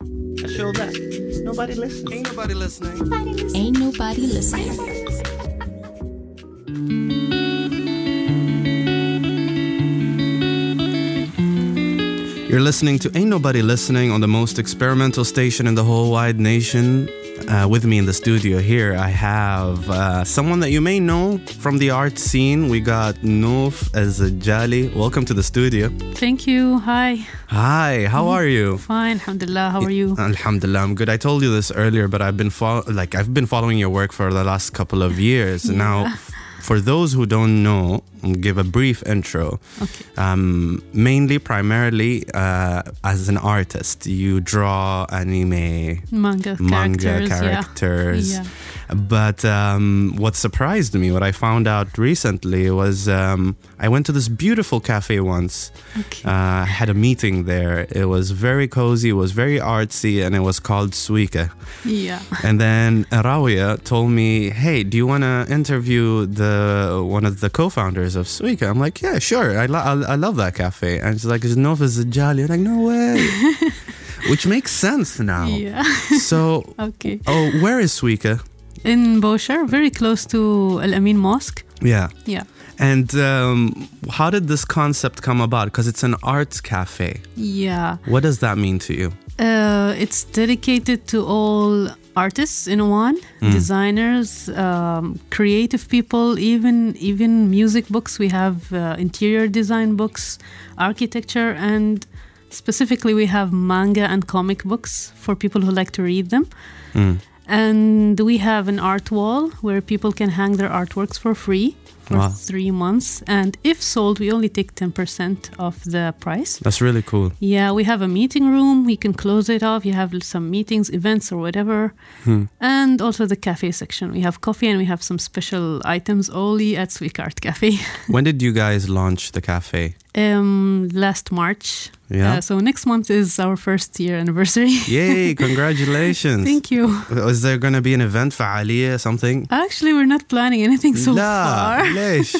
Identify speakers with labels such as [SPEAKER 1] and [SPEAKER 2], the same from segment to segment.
[SPEAKER 1] Nobody showed up. Nobody listened.
[SPEAKER 2] Ain't nobody listening.
[SPEAKER 3] Ain't nobody listening.
[SPEAKER 2] You're listening to Ain't Nobody Listening on the most experimental station in the whole wide nation. Uh, with me in the studio here, I have uh, someone that you may know from the art scene. We got Noof Azajali. Welcome to the studio.
[SPEAKER 4] Thank you. Hi.
[SPEAKER 2] Hi, how are you?
[SPEAKER 4] Fine. Alhamdulillah. How are
[SPEAKER 2] Uh,
[SPEAKER 4] you?
[SPEAKER 2] Alhamdulillah, I'm good. I told you this earlier, but I've been fol- like I've been following your work for the last couple of years. Now, f- for those who don't know, I'll give a brief intro.
[SPEAKER 4] Okay.
[SPEAKER 2] Um, mainly, primarily, uh, as an artist, you draw anime,
[SPEAKER 4] Manga
[SPEAKER 2] manga
[SPEAKER 4] characters.
[SPEAKER 2] characters.
[SPEAKER 4] Yeah.
[SPEAKER 2] But um, what surprised me, what I found out recently, was um, I went to this beautiful cafe once.
[SPEAKER 4] Yeah. Okay.
[SPEAKER 2] Uh, had a meeting there. It was very cozy, it was very artsy, and it was called Suika.
[SPEAKER 4] yeah.
[SPEAKER 2] And then Rawiya told me, "Hey, do you want to interview the one of the co-founders of Suika?" I'm like, "Yeah, sure. I, lo- I, I love that cafe." And she's like, "It's Nova Zajali." I'm like, "No way," which makes sense now.
[SPEAKER 4] Yeah.
[SPEAKER 2] So,
[SPEAKER 4] Okay.
[SPEAKER 2] oh, where is Suika?
[SPEAKER 4] In Boshar, very close to Al Amin Mosque.
[SPEAKER 2] Yeah.
[SPEAKER 4] Yeah.
[SPEAKER 2] And um, how did this concept come about? Because it's an arts cafe.
[SPEAKER 4] Yeah.
[SPEAKER 2] What does that mean to you?
[SPEAKER 4] Uh, it's dedicated to all artists in one designers um, creative people even even music books we have uh, interior design books architecture and specifically we have manga and comic books for people who like to read them and we have an art wall where people can hang their artworks for free for
[SPEAKER 2] Wow.
[SPEAKER 4] three months and if sold we only take 10% of the price
[SPEAKER 2] That's really cool.
[SPEAKER 4] yeah, we have a meeting room. We can close it off. You have some meetings, events, or whatever.
[SPEAKER 2] Hmm.
[SPEAKER 4] And also the cafe section. We have coffee and we have some special items only at Sweetheart Cafe.
[SPEAKER 2] When did you guys launch the cafe?
[SPEAKER 4] Um, last March.
[SPEAKER 2] Yeah.
[SPEAKER 4] Uh, so next month is our first year anniversary.
[SPEAKER 2] Yay, congratulations.
[SPEAKER 4] Thank you.
[SPEAKER 2] Is there going to be an event, فعالية, something?
[SPEAKER 4] Actually, we're not planning anything so
[SPEAKER 2] لا
[SPEAKER 4] far.
[SPEAKER 2] ليش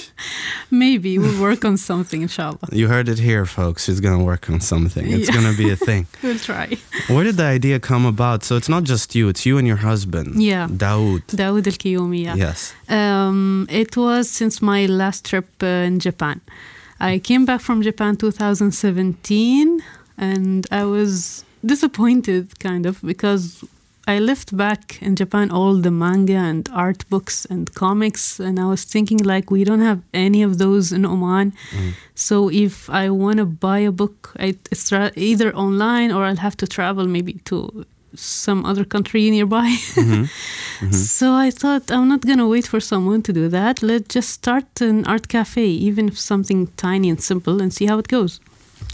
[SPEAKER 4] Maybe we'll work on something, inshallah.
[SPEAKER 2] you heard it here folks she's gonna work on something it's
[SPEAKER 4] Yeah.
[SPEAKER 2] gonna be a thing
[SPEAKER 4] We'll try.
[SPEAKER 2] where did the idea come about so it's not just you it's you and your husband
[SPEAKER 4] Yeah.
[SPEAKER 2] Daoud
[SPEAKER 4] Dawood Al Kiyomi, yeah.
[SPEAKER 2] yes
[SPEAKER 4] Um, it was since my last trip uh, in Japan. I came back from Japan 2017 and I was disappointed kind of because I left back in Japan all the manga and art books and comics and I was thinking like we don't have any of those in Oman. So if I want to buy a book I, it's ra- either online or I'll have to travel maybe to some other country nearby. So I thought I'm not gonna wait for someone to do that. Let's just start an art cafe, even if something tiny and simple, and see how it goes.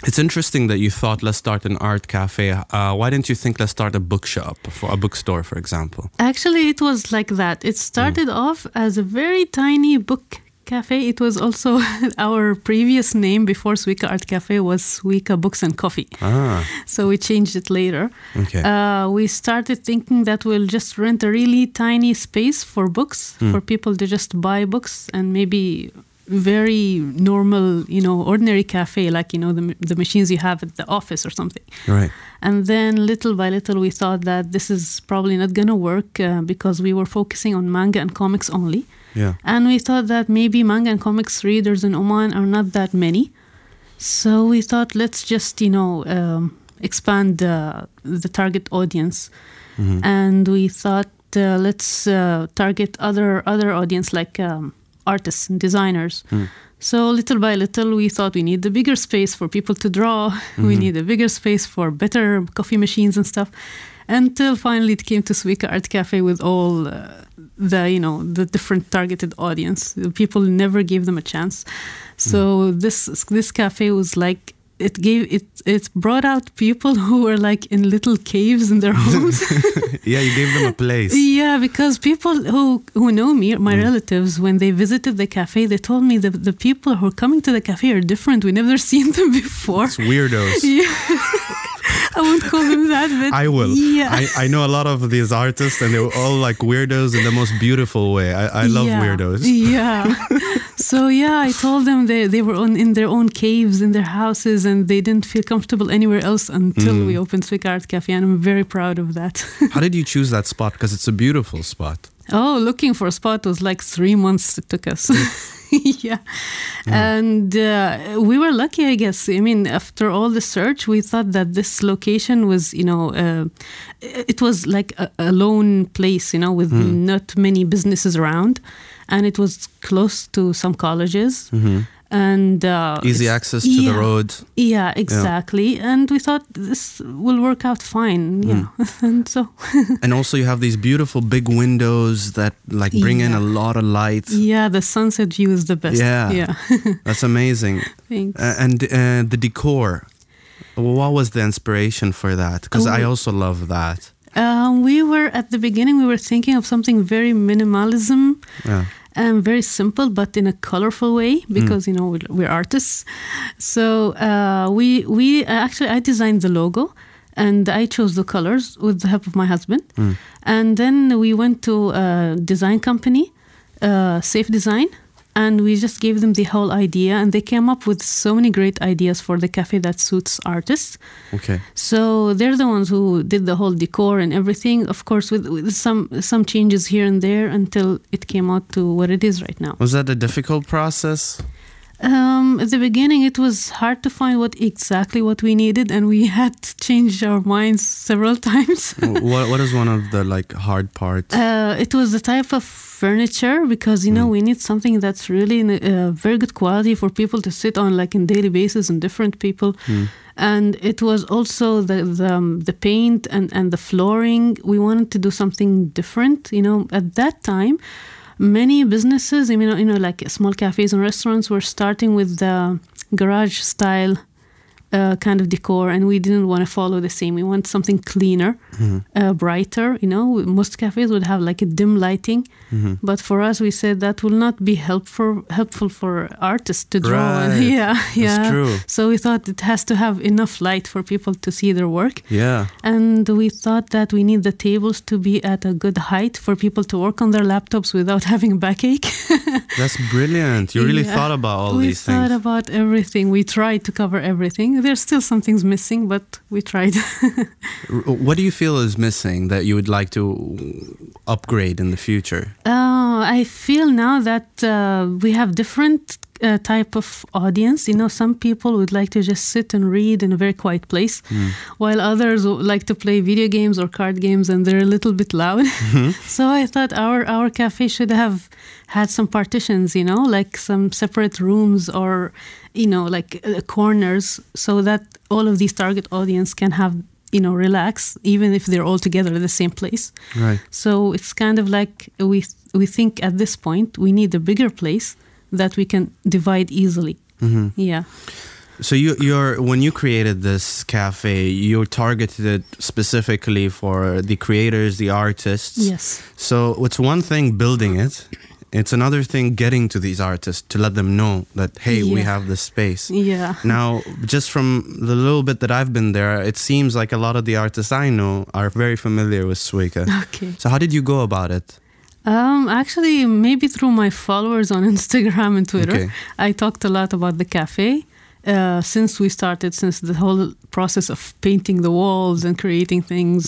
[SPEAKER 2] it's interesting that you thought let's start an art cafe uh, why didn't you think let's start a bookshop for a bookstore for example
[SPEAKER 4] Actually, it was like that. It started off as a very tiny book cafe. It was also our previous name before Suika Art Cafe was Suika Books and Coffee.
[SPEAKER 2] ah
[SPEAKER 4] So we changed it later.
[SPEAKER 2] okay
[SPEAKER 4] Uh, we started thinking that we'll just rent a really tiny space for books for people to just buy books and maybe very normal, you know, ordinary cafe like you know the the machines you have at the office or something.
[SPEAKER 2] right
[SPEAKER 4] And then little by little, we thought that this is probably not gonna work uh, because we were focusing on manga and comics only.
[SPEAKER 2] yeah
[SPEAKER 4] And we thought that maybe manga and comics readers in Oman are not that many. So we thought let's just, you know, um, expand the, the target audience. And we thought uh, let's uh, target other other audience like um, artists and designers. So little by little, we thought we need the bigger space for people to draw. We need a bigger space for better coffee machines and stuff. Until finally, it came to Suika Art Cafe with all uh, the you know the different targeted audience. People never gave them a chance. So
[SPEAKER 2] Mm.
[SPEAKER 4] this this cafe was like it gave it it brought out people who were like in little caves in their homes.
[SPEAKER 2] yeah you gave them a place
[SPEAKER 4] Yeah, because people who who know me, my
[SPEAKER 2] Mm.
[SPEAKER 4] relatives, when they visited the cafe, they told me that the people who are coming to the cafe are different. We never seen them before.
[SPEAKER 2] it's weirdos
[SPEAKER 4] Yeah. I won't call them that, but
[SPEAKER 2] I will.
[SPEAKER 4] Yeah.
[SPEAKER 2] I, I know a lot of these artists, and they're all like weirdos in the most beautiful way. I, I love
[SPEAKER 4] Yeah.
[SPEAKER 2] weirdos.
[SPEAKER 4] Yeah. so yeah, I told them they, they were on in their own caves in their houses and they didn't feel comfortable anywhere else until
[SPEAKER 2] Mm.
[SPEAKER 4] we opened Flick Art Cafe and I'm very proud of that.
[SPEAKER 2] How did you choose that spot? Because it's a beautiful spot.
[SPEAKER 4] oh, looking for a spot was like three months it took us.
[SPEAKER 2] Mm.
[SPEAKER 4] yeah. And uh, we were lucky, I guess. I mean, after all the search, we thought that this location was, you know, uh, it was like a, a lone place, you know, with
[SPEAKER 2] Mm.
[SPEAKER 4] not many businesses around. And it was close to some colleges. And uh,
[SPEAKER 2] Mm-hmm. Easy
[SPEAKER 4] it's-
[SPEAKER 2] access to the
[SPEAKER 4] yeah.
[SPEAKER 2] road.
[SPEAKER 4] Yeah, exactly. And we thought this will work out fine.
[SPEAKER 2] Mm.
[SPEAKER 4] Yeah. and so,
[SPEAKER 2] And also, you have these beautiful big windows that like bring in a
[SPEAKER 4] Yeah.
[SPEAKER 2] lot of light.
[SPEAKER 4] yeah, the sunset view is the best.
[SPEAKER 2] Yeah.
[SPEAKER 4] Yeah.
[SPEAKER 2] That's amazing.
[SPEAKER 4] Thanks.
[SPEAKER 2] Uh, and uh, the decor. What was the inspiration for that? Because I
[SPEAKER 4] Oh.
[SPEAKER 2] also love that.
[SPEAKER 4] Um, we were at the beginning. We were thinking of something very minimalism
[SPEAKER 2] Yeah.
[SPEAKER 4] and very simple, but in a colorful way because you know we're, we're artists. So uh, we we actually I designed the logo and I chose the colors with the help of my husband. And then we went to a design company, uh, Safe Design. And we just gave them the whole idea, and they came up with so many great ideas for the cafe that suits artists.
[SPEAKER 2] Okay.
[SPEAKER 4] So they're the ones who did the whole decor and everything, of course, with, with some some changes here and there until it came out to what it is right now.
[SPEAKER 2] Was that a difficult process?
[SPEAKER 4] Um, at the beginning, it was hard to find what exactly what we needed, and we had to change our minds several times.
[SPEAKER 2] what, what is one of the like hard parts?
[SPEAKER 4] Uh, it was the type of furniture because you know we need something that's really in a, uh, very good quality for people to sit on, like in daily basis, and different people. And it was also the the, um, the paint and and the flooring. We wanted to do something different. You know, at that time, many businesses, you know, you know, like small cafes and restaurants, were starting with the garage style uh, kind of decor, and we didn't want to follow the same. We want something cleaner,
[SPEAKER 2] Mm-hmm.
[SPEAKER 4] uh, brighter. You know, most cafes would have like a dim lighting,
[SPEAKER 2] Mm-hmm.
[SPEAKER 4] but for us, we said that will not be helpful helpful for artists to draw.
[SPEAKER 2] Right.
[SPEAKER 4] Yeah, yeah.
[SPEAKER 2] true.
[SPEAKER 4] So we thought it has to have enough light for people to see their work.
[SPEAKER 2] yeah.
[SPEAKER 4] And we thought that we need the tables to be at a good height for people to work on their laptops without having backache.
[SPEAKER 2] That's brilliant. You really
[SPEAKER 4] Yeah.
[SPEAKER 2] thought about all
[SPEAKER 4] we
[SPEAKER 2] these
[SPEAKER 4] thought
[SPEAKER 2] things.
[SPEAKER 4] about everything. We tried to cover everything. There's still some things missing, but we tried.
[SPEAKER 2] R- what do you feel is missing that you would like to upgrade in the future?
[SPEAKER 4] Oh, I feel now that uh, we have different uh, type of audience. You know, some people would like to just sit and read in a very quiet place, while others would like to play video games or card games, and they're a little bit loud. so I thought our our cafe should have had some partitions. You know, like some separate rooms or you know like uh, corners, so that all of these target audience can have you know relax, even if they're all together in the same place.
[SPEAKER 2] Right.
[SPEAKER 4] So it's kind of like we we think at this point we need a bigger place that we can divide easily.
[SPEAKER 2] Mm-hmm.
[SPEAKER 4] Yeah,
[SPEAKER 2] So you, you're when you created this cafe, you targeted it specifically for the creators, the artists.
[SPEAKER 4] yes,
[SPEAKER 2] So it's one thing building it. It's another thing getting to these artists to let them know that hey, we
[SPEAKER 4] Yeah.
[SPEAKER 2] have this space.
[SPEAKER 4] yeah,
[SPEAKER 2] Now, just from the little bit that I've been there, it seems like a lot of the artists I know are very familiar with Suika.
[SPEAKER 4] okay.
[SPEAKER 2] So how did you go about it?
[SPEAKER 4] Um, actually, maybe through my followers on Instagram and Twitter,
[SPEAKER 2] Okay.
[SPEAKER 4] I talked a lot about the cafe. Uh, since we started, since the whole process of painting the walls and creating things,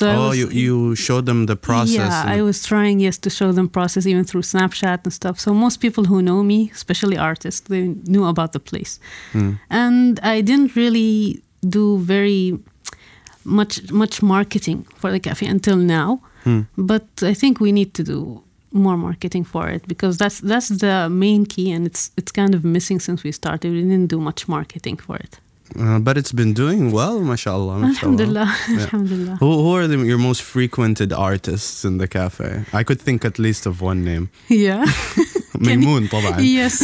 [SPEAKER 4] so I
[SPEAKER 2] oh,
[SPEAKER 4] was-
[SPEAKER 2] you, you showed them the process.
[SPEAKER 4] Yeah,
[SPEAKER 2] and-
[SPEAKER 4] I was trying yes to show them process even through Snapchat and stuff. So most people who know me, especially artists, they knew about the place,
[SPEAKER 2] Hmm.
[SPEAKER 4] and I didn't really do very much much marketing for the cafe until now.
[SPEAKER 2] Hmm.
[SPEAKER 4] But I think we need to do more marketing for it because that's that's the main key, and it's it's kind of missing since we started. We didn't do much marketing for it.
[SPEAKER 2] uh, but it's been doing well, mashallah. mashallah.
[SPEAKER 4] Alhamdulillah, Alhamdulillah.
[SPEAKER 2] Who, who are the, your most frequented artists in the cafe? I could think at least of one name.
[SPEAKER 4] Yeah.
[SPEAKER 2] ميمون طبعا
[SPEAKER 4] Yes.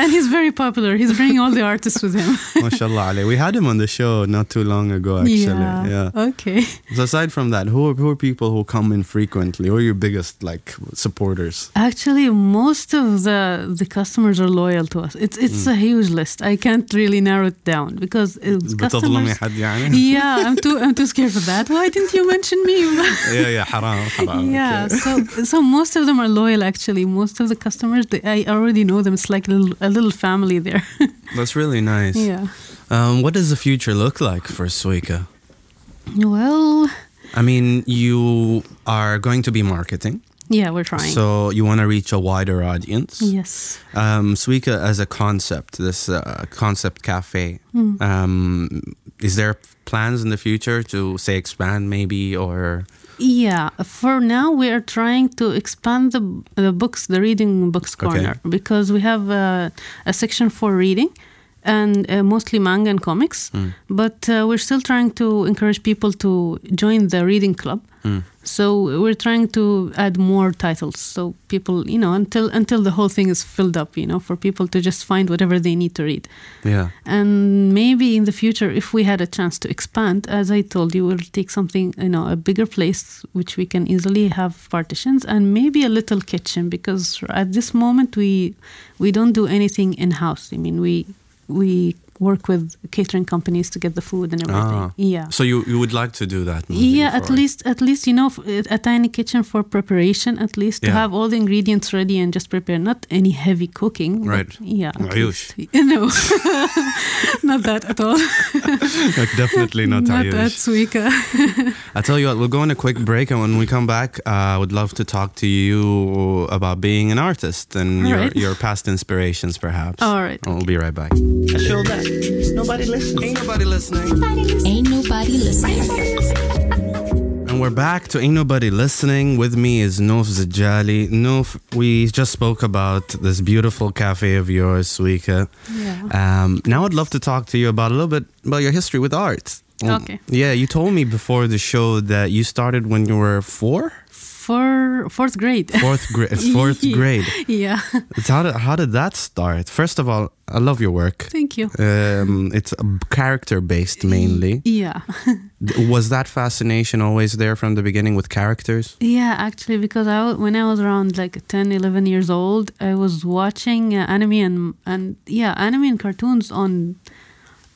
[SPEAKER 4] and he's very popular. He's bringing all the artists with him.
[SPEAKER 2] ما شاء الله عليه. We had him on the show not too long ago actually. Yeah.
[SPEAKER 4] Okay.
[SPEAKER 2] So aside from that, who are, who are people who come in frequently? Who are your biggest like supporters?
[SPEAKER 4] Actually, most of the the customers are loyal to us. It's it's
[SPEAKER 2] Mm.
[SPEAKER 4] a huge list. I can't really narrow it down because it's
[SPEAKER 2] بتظلمي
[SPEAKER 4] customers.
[SPEAKER 2] حد يعني؟
[SPEAKER 4] yeah, I'm too I'm too scared for that. Why didn't you mention me?
[SPEAKER 2] يا يا حرام حرام.
[SPEAKER 4] yeah
[SPEAKER 2] Okay.
[SPEAKER 4] so so most of them are loyal actually most of the customers they, i already know them it's like a little, a little family there
[SPEAKER 2] That's really nice.
[SPEAKER 4] yeah
[SPEAKER 2] Um, what does the future look like for Suika?
[SPEAKER 4] well
[SPEAKER 2] I mean, you are going to be marketing,
[SPEAKER 4] yeah we're trying
[SPEAKER 2] so you want to reach a wider audience.
[SPEAKER 4] yes
[SPEAKER 2] Um, Suika as a concept, this uh, concept cafe,
[SPEAKER 4] Hmm.
[SPEAKER 2] um, is there plans in the future to say expand maybe or
[SPEAKER 4] yeah for now we are trying to expand the the books the reading books
[SPEAKER 2] Okay.
[SPEAKER 4] corner because we have a, a section for reading and uh, mostly manga and comics but uh, we're still trying to encourage people to join the reading club so we're trying to add more titles so people you know until until the whole thing is filled up you know for people to just find whatever they need to read
[SPEAKER 2] yeah?
[SPEAKER 4] and maybe in the future if we had a chance to expand as i told you we'll take something you know a bigger place which we can easily have partitions and maybe a little kitchen because at this moment we we don't do anything in house i mean we we work with catering companies to get the food and everything
[SPEAKER 2] Ah.
[SPEAKER 4] yeah
[SPEAKER 2] So you you would like to do that? moving
[SPEAKER 4] yeah at
[SPEAKER 2] forward.
[SPEAKER 4] least at least you know f- a tiny kitchen for preparation at least to
[SPEAKER 2] Yeah.
[SPEAKER 4] have all the ingredients ready and just prepare not any heavy cooking but
[SPEAKER 2] Right.
[SPEAKER 4] yeah at
[SPEAKER 2] Ayush.
[SPEAKER 4] least- no not that at all
[SPEAKER 2] Like, definitely not, Ayush.
[SPEAKER 4] that Suika.
[SPEAKER 2] I tell you what, we'll go on a quick break, and when we come back, uh, I would love to talk to you about being an artist and your,
[SPEAKER 4] Alright.
[SPEAKER 2] your past inspirations, perhaps.
[SPEAKER 4] Alright.
[SPEAKER 2] We'll be right back.
[SPEAKER 1] I showed up. Nobody listening.
[SPEAKER 2] Ain't nobody listening.
[SPEAKER 3] Ain't nobody listening.
[SPEAKER 2] And we're back to Ain't Nobody Listening. With me is Nof Zajali. Nof, we just spoke about this beautiful cafe of yours, Suika.
[SPEAKER 4] Yeah.
[SPEAKER 2] Um, now I'd love to talk to you about a little bit about your history with art.
[SPEAKER 4] Okay.
[SPEAKER 2] Yeah, you told me before the show that you started when you were four?
[SPEAKER 4] For fourth grade.
[SPEAKER 2] Fourth grade. Fourth grade.
[SPEAKER 4] yeah.
[SPEAKER 2] It's how did, how did that start? First of all, I love your work.
[SPEAKER 4] Thank you.
[SPEAKER 2] Um, it's character based mainly.
[SPEAKER 4] Yeah.
[SPEAKER 2] Was that fascination always there from the beginning with characters?
[SPEAKER 4] Yeah, actually, because I, wa- when I was around like 10, 11 years old, I was watching uh, anime and, and, yeah, anime and cartoons on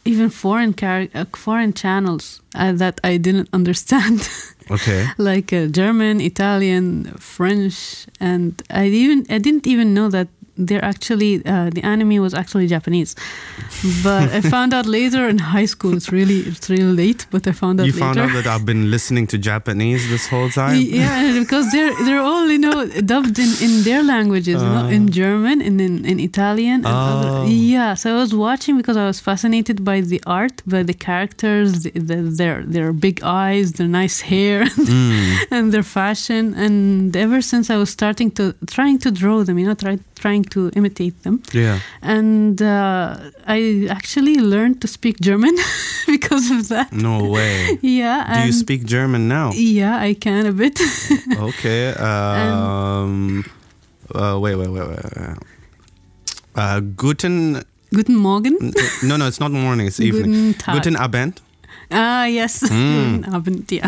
[SPEAKER 4] even foreign char- uh, foreign channels uh, that I didn't understand.
[SPEAKER 2] Okay.
[SPEAKER 4] like uh, German, Italian, French, and I even I didn't even know that they're actually uh, the anime was actually Japanese. But I found out later in high school. It's really it's really late, but I found out
[SPEAKER 2] You
[SPEAKER 4] later.
[SPEAKER 2] found out that I've been listening to Japanese this whole time?
[SPEAKER 4] Yeah, because they're they're all you know dubbed in, in their languages, you know, in German and in, in Italian. And
[SPEAKER 2] Uh. Oh.
[SPEAKER 4] other, yeah, so I was watching because I was fascinated by the art, by the characters, the, the, their their big eyes, their nice hair,
[SPEAKER 2] Hmm.
[SPEAKER 4] and their fashion. And ever since I was starting to trying to draw them, you know, try, trying to imitate them.
[SPEAKER 2] Yeah.
[SPEAKER 4] And uh, I actually learned to speak German because of that.
[SPEAKER 2] No way.
[SPEAKER 4] Yeah.
[SPEAKER 2] Mm. Do you
[SPEAKER 4] and-
[SPEAKER 2] speak German now?
[SPEAKER 4] Yeah, I can a bit.
[SPEAKER 2] Okay. Um, uh, wait, wait, wait, wait. wait. Uh, guten.
[SPEAKER 4] Guten Morgen.
[SPEAKER 2] No, no, it's not morning, it's evening.
[SPEAKER 4] Guten Tag.
[SPEAKER 2] Guten Mm. Abend.
[SPEAKER 4] Ah, yes. Abend, yeah.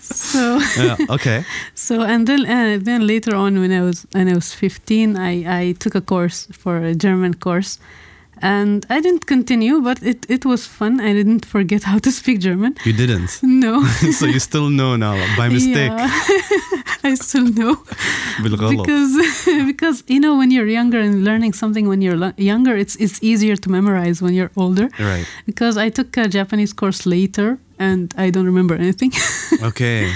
[SPEAKER 4] so,
[SPEAKER 2] Yeah, okay.
[SPEAKER 4] so, and then, uh, then later on, when I was when I was fifteen, I I took a course for a German course, and I didn't continue, but it it was fun. I didn't forget how to speak German.
[SPEAKER 2] You didn't.
[SPEAKER 4] No.
[SPEAKER 2] so you still know now by mistake
[SPEAKER 4] Yeah. I still know
[SPEAKER 2] بالغلط
[SPEAKER 4] because because you know when you're younger and learning something when you're lo- younger it's it's easier to memorize when you're older
[SPEAKER 2] right
[SPEAKER 4] because I took a Japanese course later and I don't remember anything.
[SPEAKER 2] okay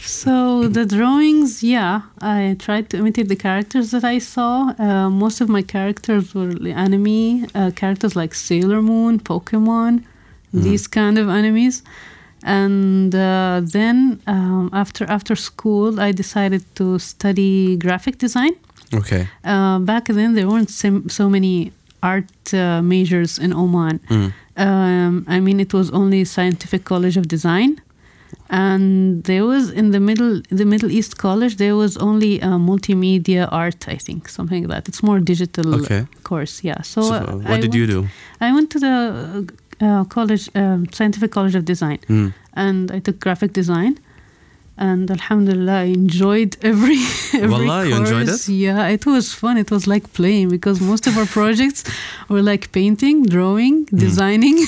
[SPEAKER 4] so the drawings, yeah, I tried to imitate the characters that I saw. Uh, most of my characters were the anime uh, characters like Sailor Moon, Pokemon, these kind of animes. And uh, then um, after after school, I decided to study graphic design
[SPEAKER 2] okay
[SPEAKER 4] uh, back then there weren't sim- so many art uh,
[SPEAKER 2] Mm.
[SPEAKER 4] majors in Oman. Um, I mean, it was only Scientific College of Design, and there was in the middle the Middle East college there was only uh, multimedia art I think something like that. It's more digital
[SPEAKER 2] Okay.
[SPEAKER 4] course, yeah. So,
[SPEAKER 2] So,
[SPEAKER 4] uh,
[SPEAKER 2] what
[SPEAKER 4] I
[SPEAKER 2] did you
[SPEAKER 4] went-
[SPEAKER 2] do?
[SPEAKER 4] I went to the uh, college um, Scientific College of Design,
[SPEAKER 2] Mm.
[SPEAKER 4] and I took graphic design. And Alhamdulillah, I enjoyed every every
[SPEAKER 2] Wallah,
[SPEAKER 4] course.
[SPEAKER 2] you enjoyed it?
[SPEAKER 4] Yeah, it was fun. It was like playing because most of our projects were like painting, drawing,
[SPEAKER 2] Mm.
[SPEAKER 4] designing.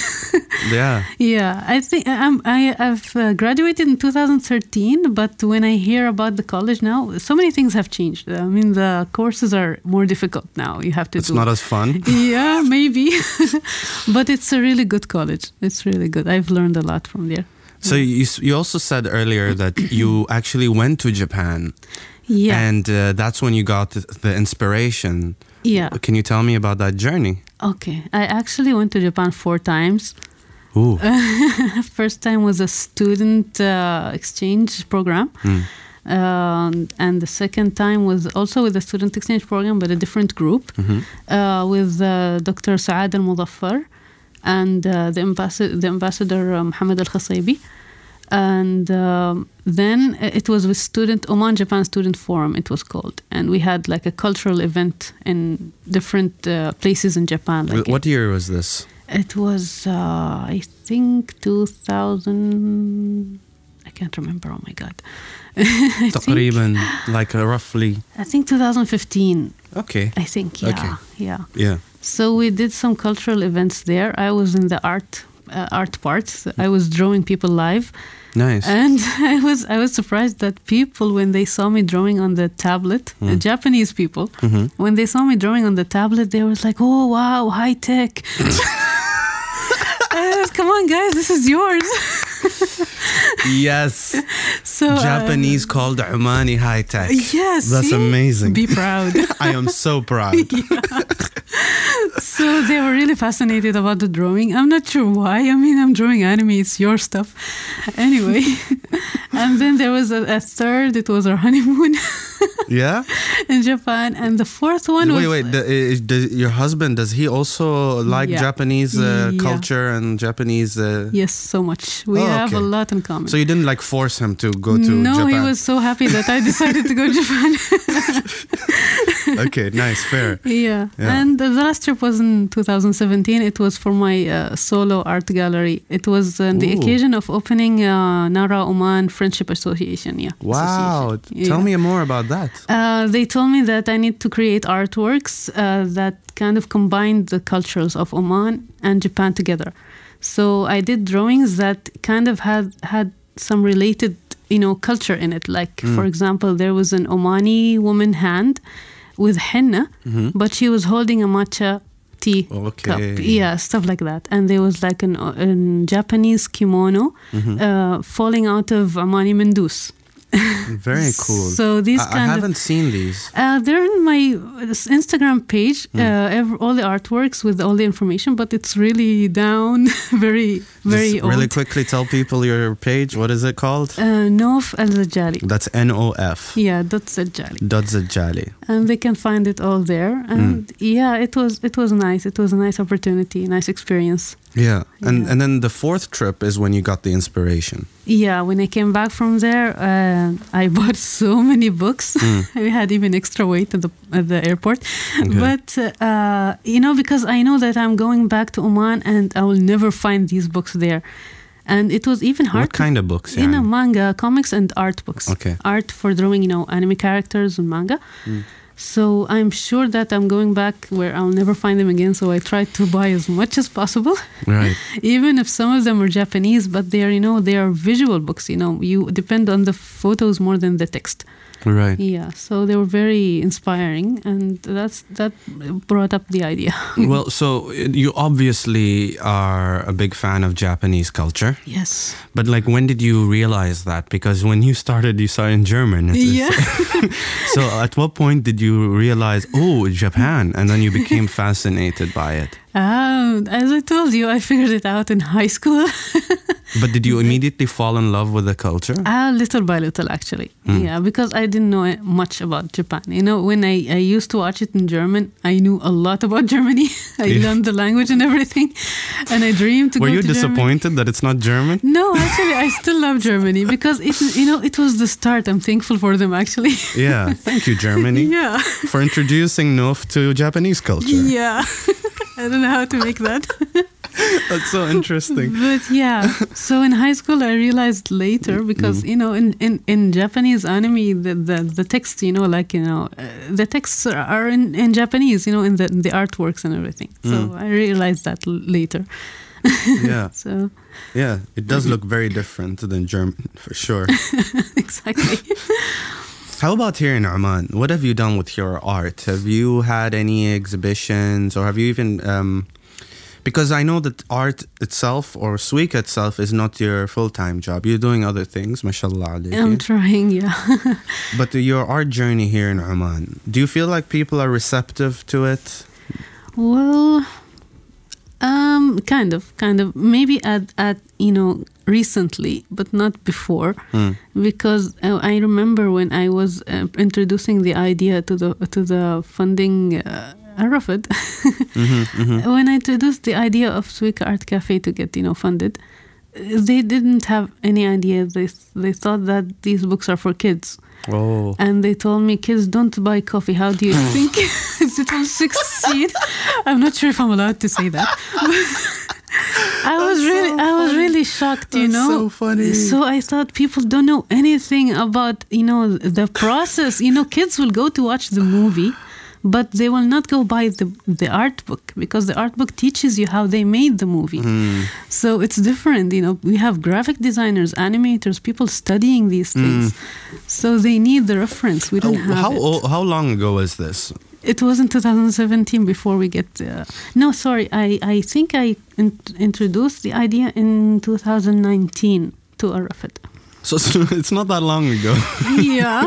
[SPEAKER 2] Yeah.
[SPEAKER 4] Yeah, I think I'm, I, I've uh, graduated in 2013, but when I hear about the college now, so many things have changed. I mean, the courses are more difficult now. You have to
[SPEAKER 2] It's
[SPEAKER 4] do.
[SPEAKER 2] not as fun.
[SPEAKER 4] yeah, maybe, but it's a really good college. It's really good. I've learned a lot from there.
[SPEAKER 2] So you s- you also said earlier that you actually went to Japan,
[SPEAKER 4] Yeah,
[SPEAKER 2] and uh, that's when you got th- the inspiration.
[SPEAKER 4] yeah.
[SPEAKER 2] Can you tell me about that journey?
[SPEAKER 4] Okay, I actually went to Japan four times.
[SPEAKER 2] Ooh,
[SPEAKER 4] First time was a student uh, exchange program. Um, and the second time was also with a student exchange program, but a different group, uh, with uh, Dr. Saad Al Muzaffar and uh, the, ambassador, the ambassador uh, Mohammed Al Khasaybi. And um, then it was with student Oman Japan Student Forum, it was called, and we had like a cultural event in different uh, places in Japan. Like
[SPEAKER 2] what year was this?
[SPEAKER 4] it was, uh, I think, 2000. I can't remember. Oh my god. I, think,
[SPEAKER 2] تقريبا like uh, roughly.
[SPEAKER 4] I think 2015.
[SPEAKER 2] Okay.
[SPEAKER 4] I think. Yeah.
[SPEAKER 2] Okay.
[SPEAKER 4] Yeah.
[SPEAKER 2] Yeah.
[SPEAKER 4] So we did some cultural events there. I was in the art uh, art part. So I was drawing people live,
[SPEAKER 2] Nice.
[SPEAKER 4] and I was I was surprised that people when they saw me drawing on the tablet,
[SPEAKER 2] Hmm.
[SPEAKER 4] the Japanese people,
[SPEAKER 2] Mm-hmm.
[SPEAKER 4] when they saw me drawing on the tablet, they was like, "Oh wow, high tech." I was, Come on, guys, this is yours.
[SPEAKER 2] yes.
[SPEAKER 4] So uh,
[SPEAKER 2] Japanese called Omani high tech.
[SPEAKER 4] yes,
[SPEAKER 2] That's
[SPEAKER 4] see?
[SPEAKER 2] amazing.
[SPEAKER 4] Be proud.
[SPEAKER 2] I am so proud.
[SPEAKER 4] so they were really fascinated about the drawing. I'm not sure why. I mean, I'm drawing anime. It's your stuff, anyway. and then there was a, a third. It was our honeymoon
[SPEAKER 2] Yeah.
[SPEAKER 4] in Japan, and the fourth one was
[SPEAKER 2] Wait, wait. the- i- does- your husband does he also like
[SPEAKER 4] Yeah.
[SPEAKER 2] Japanese uh,
[SPEAKER 4] Yeah.
[SPEAKER 2] culture and Japanese? Uh,
[SPEAKER 4] Yes, so much. We
[SPEAKER 2] Oh,
[SPEAKER 4] have a
[SPEAKER 2] okay.
[SPEAKER 4] lot in common.
[SPEAKER 2] So you didn't like force him to go to
[SPEAKER 4] no,
[SPEAKER 2] Japan.
[SPEAKER 4] he was so happy that I decided to go to Japan.
[SPEAKER 2] okay, nice, fair.
[SPEAKER 4] yeah.
[SPEAKER 2] Yeah.
[SPEAKER 4] And the last trip was in 2017. It was for my uh, solo art gallery. It was on the
[SPEAKER 2] Ooh.
[SPEAKER 4] occasion of opening uh, Nara Oman Friendship Association. Yeah.
[SPEAKER 2] Wow.
[SPEAKER 4] association. Yeah.
[SPEAKER 2] Tell me more about that.
[SPEAKER 4] Uh, they told me that I need to create artworks uh, that kind of combine the cultures of Oman and Japan together. So I did drawings that kind of had had some related, you know, culture in it. Like for example, there was an Omani woman hand with henna, but she was holding a matcha tea cup.
[SPEAKER 2] Okay.
[SPEAKER 4] Yeah, stuff like that. And there was like an, an Japanese kimono uh, falling out of Omani mendus.
[SPEAKER 2] Very cool.
[SPEAKER 4] So these
[SPEAKER 2] I, I
[SPEAKER 4] kind of-
[SPEAKER 2] haven't seen these.
[SPEAKER 4] Uh, they're in my uh, s- Instagram page.
[SPEAKER 2] Hmm.
[SPEAKER 4] Uh, ev- all the artworks with all the information, but it's really down, very, very
[SPEAKER 2] Just
[SPEAKER 4] old.
[SPEAKER 2] really quickly tell people your page. What is it called?
[SPEAKER 4] Uh, Nof Al Zajali.
[SPEAKER 2] That's N O F.
[SPEAKER 4] Yeah, that's Zajali,
[SPEAKER 2] Dot Zajali.
[SPEAKER 4] and they can find it all there.
[SPEAKER 2] Hmm.
[SPEAKER 4] And yeah, it was it was nice. It was a nice opportunity, nice experience.
[SPEAKER 2] Yeah. And
[SPEAKER 4] Yeah.
[SPEAKER 2] and then the fourth trip is when you got the inspiration.
[SPEAKER 4] Yeah, when I came back from there, uh, I bought so many books. I had even extra weight at the at the airport.
[SPEAKER 2] Hmm. Okay.
[SPEAKER 4] But uh, you know, because I know that I'm going back to Oman and I will never find these books there, and it was even hard.
[SPEAKER 2] What kind of books?
[SPEAKER 4] to, you know,
[SPEAKER 2] يعني?
[SPEAKER 4] manga, comics, and art books.
[SPEAKER 2] Okay. Hmm.
[SPEAKER 4] Art for drawing, you know, anime characters and manga. So I'm sure that I'm going back where I'll never find them again. So I tried to buy as much as possible
[SPEAKER 2] Right.
[SPEAKER 4] even if some of them are Japanese, but they are, you know, they are visual books. You know, you depend on the photos more than the text.
[SPEAKER 2] Right.
[SPEAKER 4] Yeah, so they were very inspiring, and that's that brought up the idea.
[SPEAKER 2] well, so uh, you obviously are a big fan of Japanese culture,
[SPEAKER 4] Yes.
[SPEAKER 2] but like, when did you realize that? Because when you started, you started in German. It's- it's-
[SPEAKER 4] Yeah.
[SPEAKER 2] So, at what point did you realize, oh, Japan, and then you became fascinated by it?
[SPEAKER 4] Um, as I told you, I figured it out in high school.
[SPEAKER 2] But did you immediately fall in love with the culture?
[SPEAKER 4] Uh, little by little, actually.
[SPEAKER 2] Hmm.
[SPEAKER 4] Yeah, because I didn't know it- much about Japan. You know, when I, I used to watch it in German, I knew a lot about Germany. I
[SPEAKER 2] Yeah.
[SPEAKER 4] learned the language and everything. And I dreamed to
[SPEAKER 2] Were
[SPEAKER 4] go
[SPEAKER 2] you
[SPEAKER 4] to Germany.
[SPEAKER 2] disappointed that it's not German?
[SPEAKER 4] No, actually, I still love Germany because it, you know, it was the start. I'm thankful for them, actually.
[SPEAKER 2] Yeah, thank you, Germany,
[SPEAKER 4] yeah,
[SPEAKER 2] for introducing Noof to Japanese culture.
[SPEAKER 4] yeah. I don't know how to make that,
[SPEAKER 2] That's so interesting.
[SPEAKER 4] but yeah. So in high school, I realized later because you know, in, in, in Japanese anime, the, the the text, you know, like you know, uh, the texts are- are in, in Japanese, you know, in the in the artworks and everything. So I realized that l- later.
[SPEAKER 2] Yeah,
[SPEAKER 4] So
[SPEAKER 2] yeah, it does look very different than German for sure.
[SPEAKER 4] exactly.
[SPEAKER 2] How about here in Oman? What have you done with your art? Have you had any exhibitions, or have you even? Um, because I know that art itself or Suik itself is not your full time job. You're doing other things, mashallah.
[SPEAKER 4] I'm
[SPEAKER 2] alayki.
[SPEAKER 4] trying. Yeah.
[SPEAKER 2] But your art journey here in Oman, do you feel like people are receptive to it?
[SPEAKER 4] Well, um, kind of, kind of. Maybe at at you know recently, but not before, because uh, I remember when I was uh, introducing the idea to the to the funding. Uh, Arafat, when I introduced the idea of Suika Art Cafe to get you know funded, uh, they didn't have any idea. They they thought that these books are for kids,
[SPEAKER 2] Oh,
[SPEAKER 4] and they told me, kids, don't buy coffee. How do you think it will succeed? I'm not sure if I'm allowed to say that. I was
[SPEAKER 2] That's
[SPEAKER 4] really,
[SPEAKER 2] so
[SPEAKER 4] I was
[SPEAKER 2] funny.
[SPEAKER 4] really shocked. You
[SPEAKER 2] That's
[SPEAKER 4] know,
[SPEAKER 2] so funny.
[SPEAKER 4] So I thought people don't know anything about you know the process. You know, kids will go to watch the movie. But they will not go buy the, the art book because the art book teaches you how they made the movie.
[SPEAKER 2] Hmm.
[SPEAKER 4] So it's different, you know. We have graphic designers, animators, people studying these things. So they need the reference. We don't have
[SPEAKER 2] Mm. how
[SPEAKER 4] it.
[SPEAKER 2] o- how long ago is this?
[SPEAKER 4] It was in 2017 before we get. Uh, no, sorry. I, I think I in- introduced the idea in 2019 to Arafat.
[SPEAKER 2] So so it's not that long ago.
[SPEAKER 4] yeah.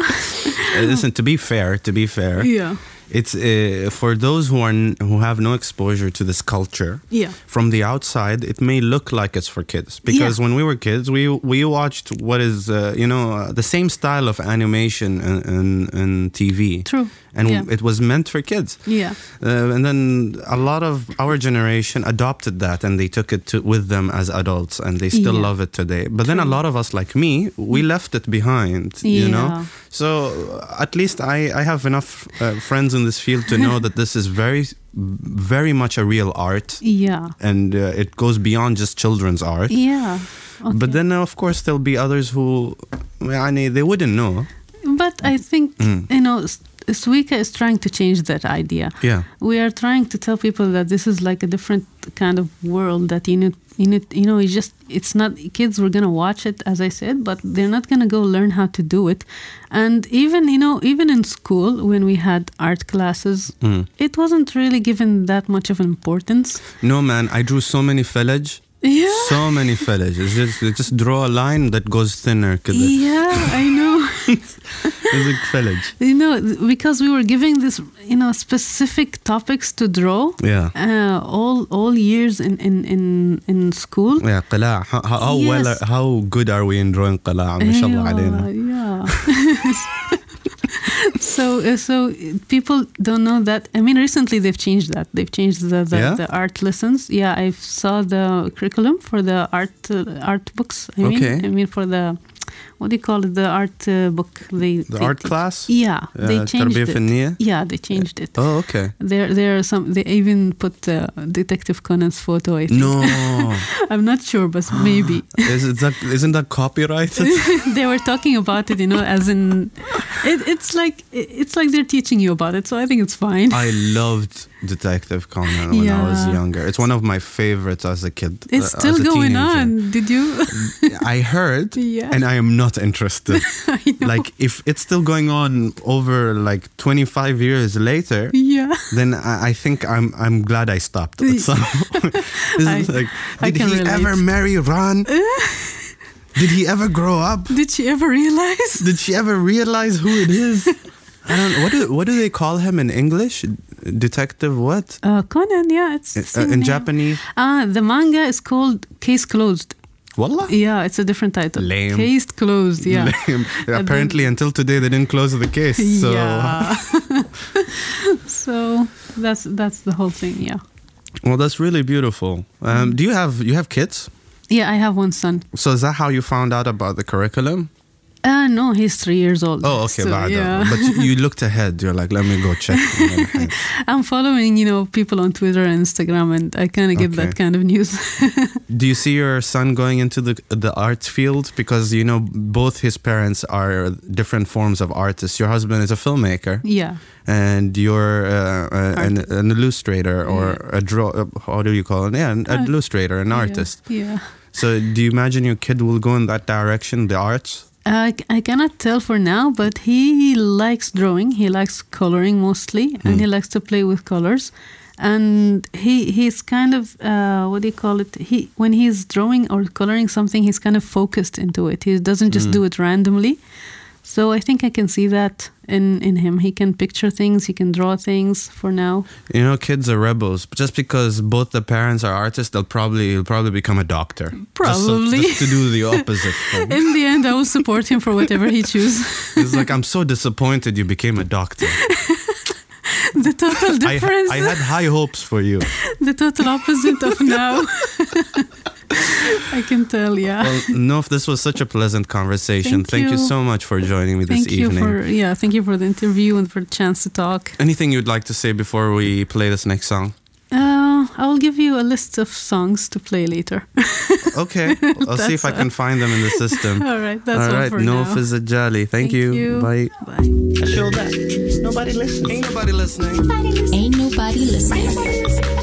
[SPEAKER 2] Uh, Listen, to be fair, to be fair,
[SPEAKER 4] Yeah.
[SPEAKER 2] it's uh, for those who are n- who have no exposure to this culture.
[SPEAKER 4] Yeah.
[SPEAKER 2] From the outside, it may look like it's for kids because
[SPEAKER 4] Yeah.
[SPEAKER 2] when we were kids, we we watched what is uh, you know uh, the same style of animation in, in, in TV.
[SPEAKER 4] True.
[SPEAKER 2] And
[SPEAKER 4] Yeah.
[SPEAKER 2] it was meant for kids.
[SPEAKER 4] Yeah.
[SPEAKER 2] Uh, and then a lot of our generation adopted that and they took it to, with them as adults and they still
[SPEAKER 4] Yeah. Mm.
[SPEAKER 2] love it today. But then a lot of us, like me, we left it behind, you know?
[SPEAKER 4] Yeah.
[SPEAKER 2] So uh, at least I, I have enough uh, friends in this field to know that this is very, very much a real art
[SPEAKER 4] Yeah.
[SPEAKER 2] and uh, it goes beyond just children's art.
[SPEAKER 4] Yeah.
[SPEAKER 2] But
[SPEAKER 4] Okay.
[SPEAKER 2] then, uh, of course, there'll be others who, يعني, they wouldn't know.
[SPEAKER 4] But I think you know, S- Suika is trying to change that idea.
[SPEAKER 2] Yeah.
[SPEAKER 4] we are trying to tell people that this is like a different kind of world that you need, you need, you know, it's just it's not kids were gonna watch it as I said, but they're not gonna go learn how to do it. And even you know, even in school when we had art classes, it wasn't really given that much of importance.
[SPEAKER 2] No, man, I drew so many fillage.
[SPEAKER 4] Yeah.
[SPEAKER 2] So many fillage. It's just, you just draw a line that goes thinner. كده.
[SPEAKER 4] Yeah, I know.
[SPEAKER 2] It's like fillage.
[SPEAKER 4] you know th- because we were giving this you know specific topics to draw
[SPEAKER 2] Yeah.
[SPEAKER 4] uh, all all years in in in, in school
[SPEAKER 2] Yeah, قلاع. How, how how well,
[SPEAKER 4] Yes.
[SPEAKER 2] are, how good are we in drawing قلاع? ما شاء الله علينا.
[SPEAKER 4] yeah so uh, so people don't know that i mean recently they've changed that they've changed the the,
[SPEAKER 2] Yeah?
[SPEAKER 4] the art lessons yeah i saw the curriculum for the art uh, art books i
[SPEAKER 2] Okay.
[SPEAKER 4] mean i mean for the what do you call it the art uh, book they
[SPEAKER 2] The
[SPEAKER 4] they
[SPEAKER 2] art
[SPEAKER 4] teach.
[SPEAKER 2] class?
[SPEAKER 4] yeah they
[SPEAKER 2] Uh,
[SPEAKER 4] changed
[SPEAKER 2] تربية
[SPEAKER 4] it
[SPEAKER 2] فنية?
[SPEAKER 4] yeah they changed it
[SPEAKER 2] Oh, okay.
[SPEAKER 4] There, there are some. They even put uh, Detective Conan's photo. I think.
[SPEAKER 2] No.
[SPEAKER 4] I'm not sure, but maybe
[SPEAKER 2] Is it that, isn't that copyrighted?
[SPEAKER 4] they were talking about it. You know, as in, it, it's like it- it's like they're teaching you about it. So I think it's fine.
[SPEAKER 2] I loved Detective Conan when I was
[SPEAKER 4] Yeah.
[SPEAKER 2] younger. It's one of my favorites as a kid.
[SPEAKER 4] it's
[SPEAKER 2] uh,
[SPEAKER 4] still
[SPEAKER 2] as a
[SPEAKER 4] going
[SPEAKER 2] teenager. Mm,
[SPEAKER 4] on. Did you?
[SPEAKER 2] I heard,
[SPEAKER 4] Yeah.
[SPEAKER 2] and I am not interested.
[SPEAKER 4] I know.
[SPEAKER 2] like if it's still going on over like 25 years later
[SPEAKER 4] yeah.
[SPEAKER 2] then I, I think I'm I'm glad I stopped at some point. This
[SPEAKER 4] I-
[SPEAKER 2] is like,
[SPEAKER 4] I
[SPEAKER 2] did he
[SPEAKER 4] can relate.
[SPEAKER 2] ever marry Ron? did he ever grow up?
[SPEAKER 4] Did she ever realize?
[SPEAKER 2] Did she ever realize who it is? I don't. What do what do they call him in English? Detective what?
[SPEAKER 4] Uh, Conan. Yeah, it's the
[SPEAKER 2] Uh,
[SPEAKER 4] same
[SPEAKER 2] in
[SPEAKER 4] name.
[SPEAKER 2] Japanese?
[SPEAKER 4] Ah, the manga is called Case Closed.
[SPEAKER 2] Wallah.
[SPEAKER 4] Yeah, it's a different title.
[SPEAKER 2] Lame.
[SPEAKER 4] Case closed. Yeah.
[SPEAKER 2] Lame. Apparently, until today, they didn't close the case. So,
[SPEAKER 4] Yeah. so that's that's the whole thing. Yeah.
[SPEAKER 2] well, that's really beautiful. Um, do you have you have kids?
[SPEAKER 4] Yeah, I have one son.
[SPEAKER 2] So is that how you found out about the curriculum?
[SPEAKER 4] Uh, no, he's three years old.
[SPEAKER 2] Oh, okay,
[SPEAKER 4] So,
[SPEAKER 2] بعد.
[SPEAKER 4] yeah.
[SPEAKER 2] But you- you looked ahead. You're like, let me go check.
[SPEAKER 4] I'm following, you know, people on Twitter and Instagram, and I kind of get
[SPEAKER 2] Okay.
[SPEAKER 4] that kind of news.
[SPEAKER 2] Do you see your son going into the the arts field? Because you know both his parents are different forms of artists. Your husband is a filmmaker,
[SPEAKER 4] yeah.
[SPEAKER 2] and you're uh, uh, an, an illustrator or a draw. Uh, how do you call it? Yeah, an an illustrator, an artist.
[SPEAKER 4] Yeah.
[SPEAKER 2] So, do you imagine your kid will go in that direction, the arts?
[SPEAKER 4] I, I cannot tell for now, but he likes drawing. He likes coloring mostly, and he
[SPEAKER 2] Hmm.
[SPEAKER 4] likes to play with colors. And he he's kind of uh, what do you call it? He when he's drawing or coloring something, he's kind of focused into it. He doesn't
[SPEAKER 2] Hmm.
[SPEAKER 4] just do it randomly. So I think I can see that in in him. He can picture things. He can draw things. For now,
[SPEAKER 2] You know, kids are rebels. But just because both the parents are artists, they'll probably he'll probably become a doctor. Just so-
[SPEAKER 4] Probably.
[SPEAKER 2] just to do the opposite.
[SPEAKER 4] in the end, I will support him for whatever he chooses.
[SPEAKER 2] He's like, I'm so disappointed you became a doctor.
[SPEAKER 4] the total
[SPEAKER 2] I,
[SPEAKER 4] difference.
[SPEAKER 2] I had high hopes for you.
[SPEAKER 4] the total opposite of now. I can tell, yeah.
[SPEAKER 2] Well, Nof, this was such a pleasant conversation. Thank,
[SPEAKER 4] Thank
[SPEAKER 2] you.
[SPEAKER 4] you.
[SPEAKER 2] so much for joining me
[SPEAKER 4] thank
[SPEAKER 2] this
[SPEAKER 4] you
[SPEAKER 2] evening.
[SPEAKER 4] for yeah, thank you for the interview and for the chance to talk.
[SPEAKER 2] Anything you'd like to say before we play this next song?
[SPEAKER 4] Uh, I'll give you a list of songs to play later.
[SPEAKER 2] Okay, I'll see if I can find them in the system.
[SPEAKER 4] all right, that's all,
[SPEAKER 2] All right,
[SPEAKER 4] for
[SPEAKER 2] Nof
[SPEAKER 4] now.
[SPEAKER 2] is a jolly. Thank,
[SPEAKER 4] Thank you.
[SPEAKER 2] Bye.
[SPEAKER 4] Bye.
[SPEAKER 1] I show that. Nobody listening.
[SPEAKER 2] Ain't nobody listening.
[SPEAKER 3] Ain't nobody listening.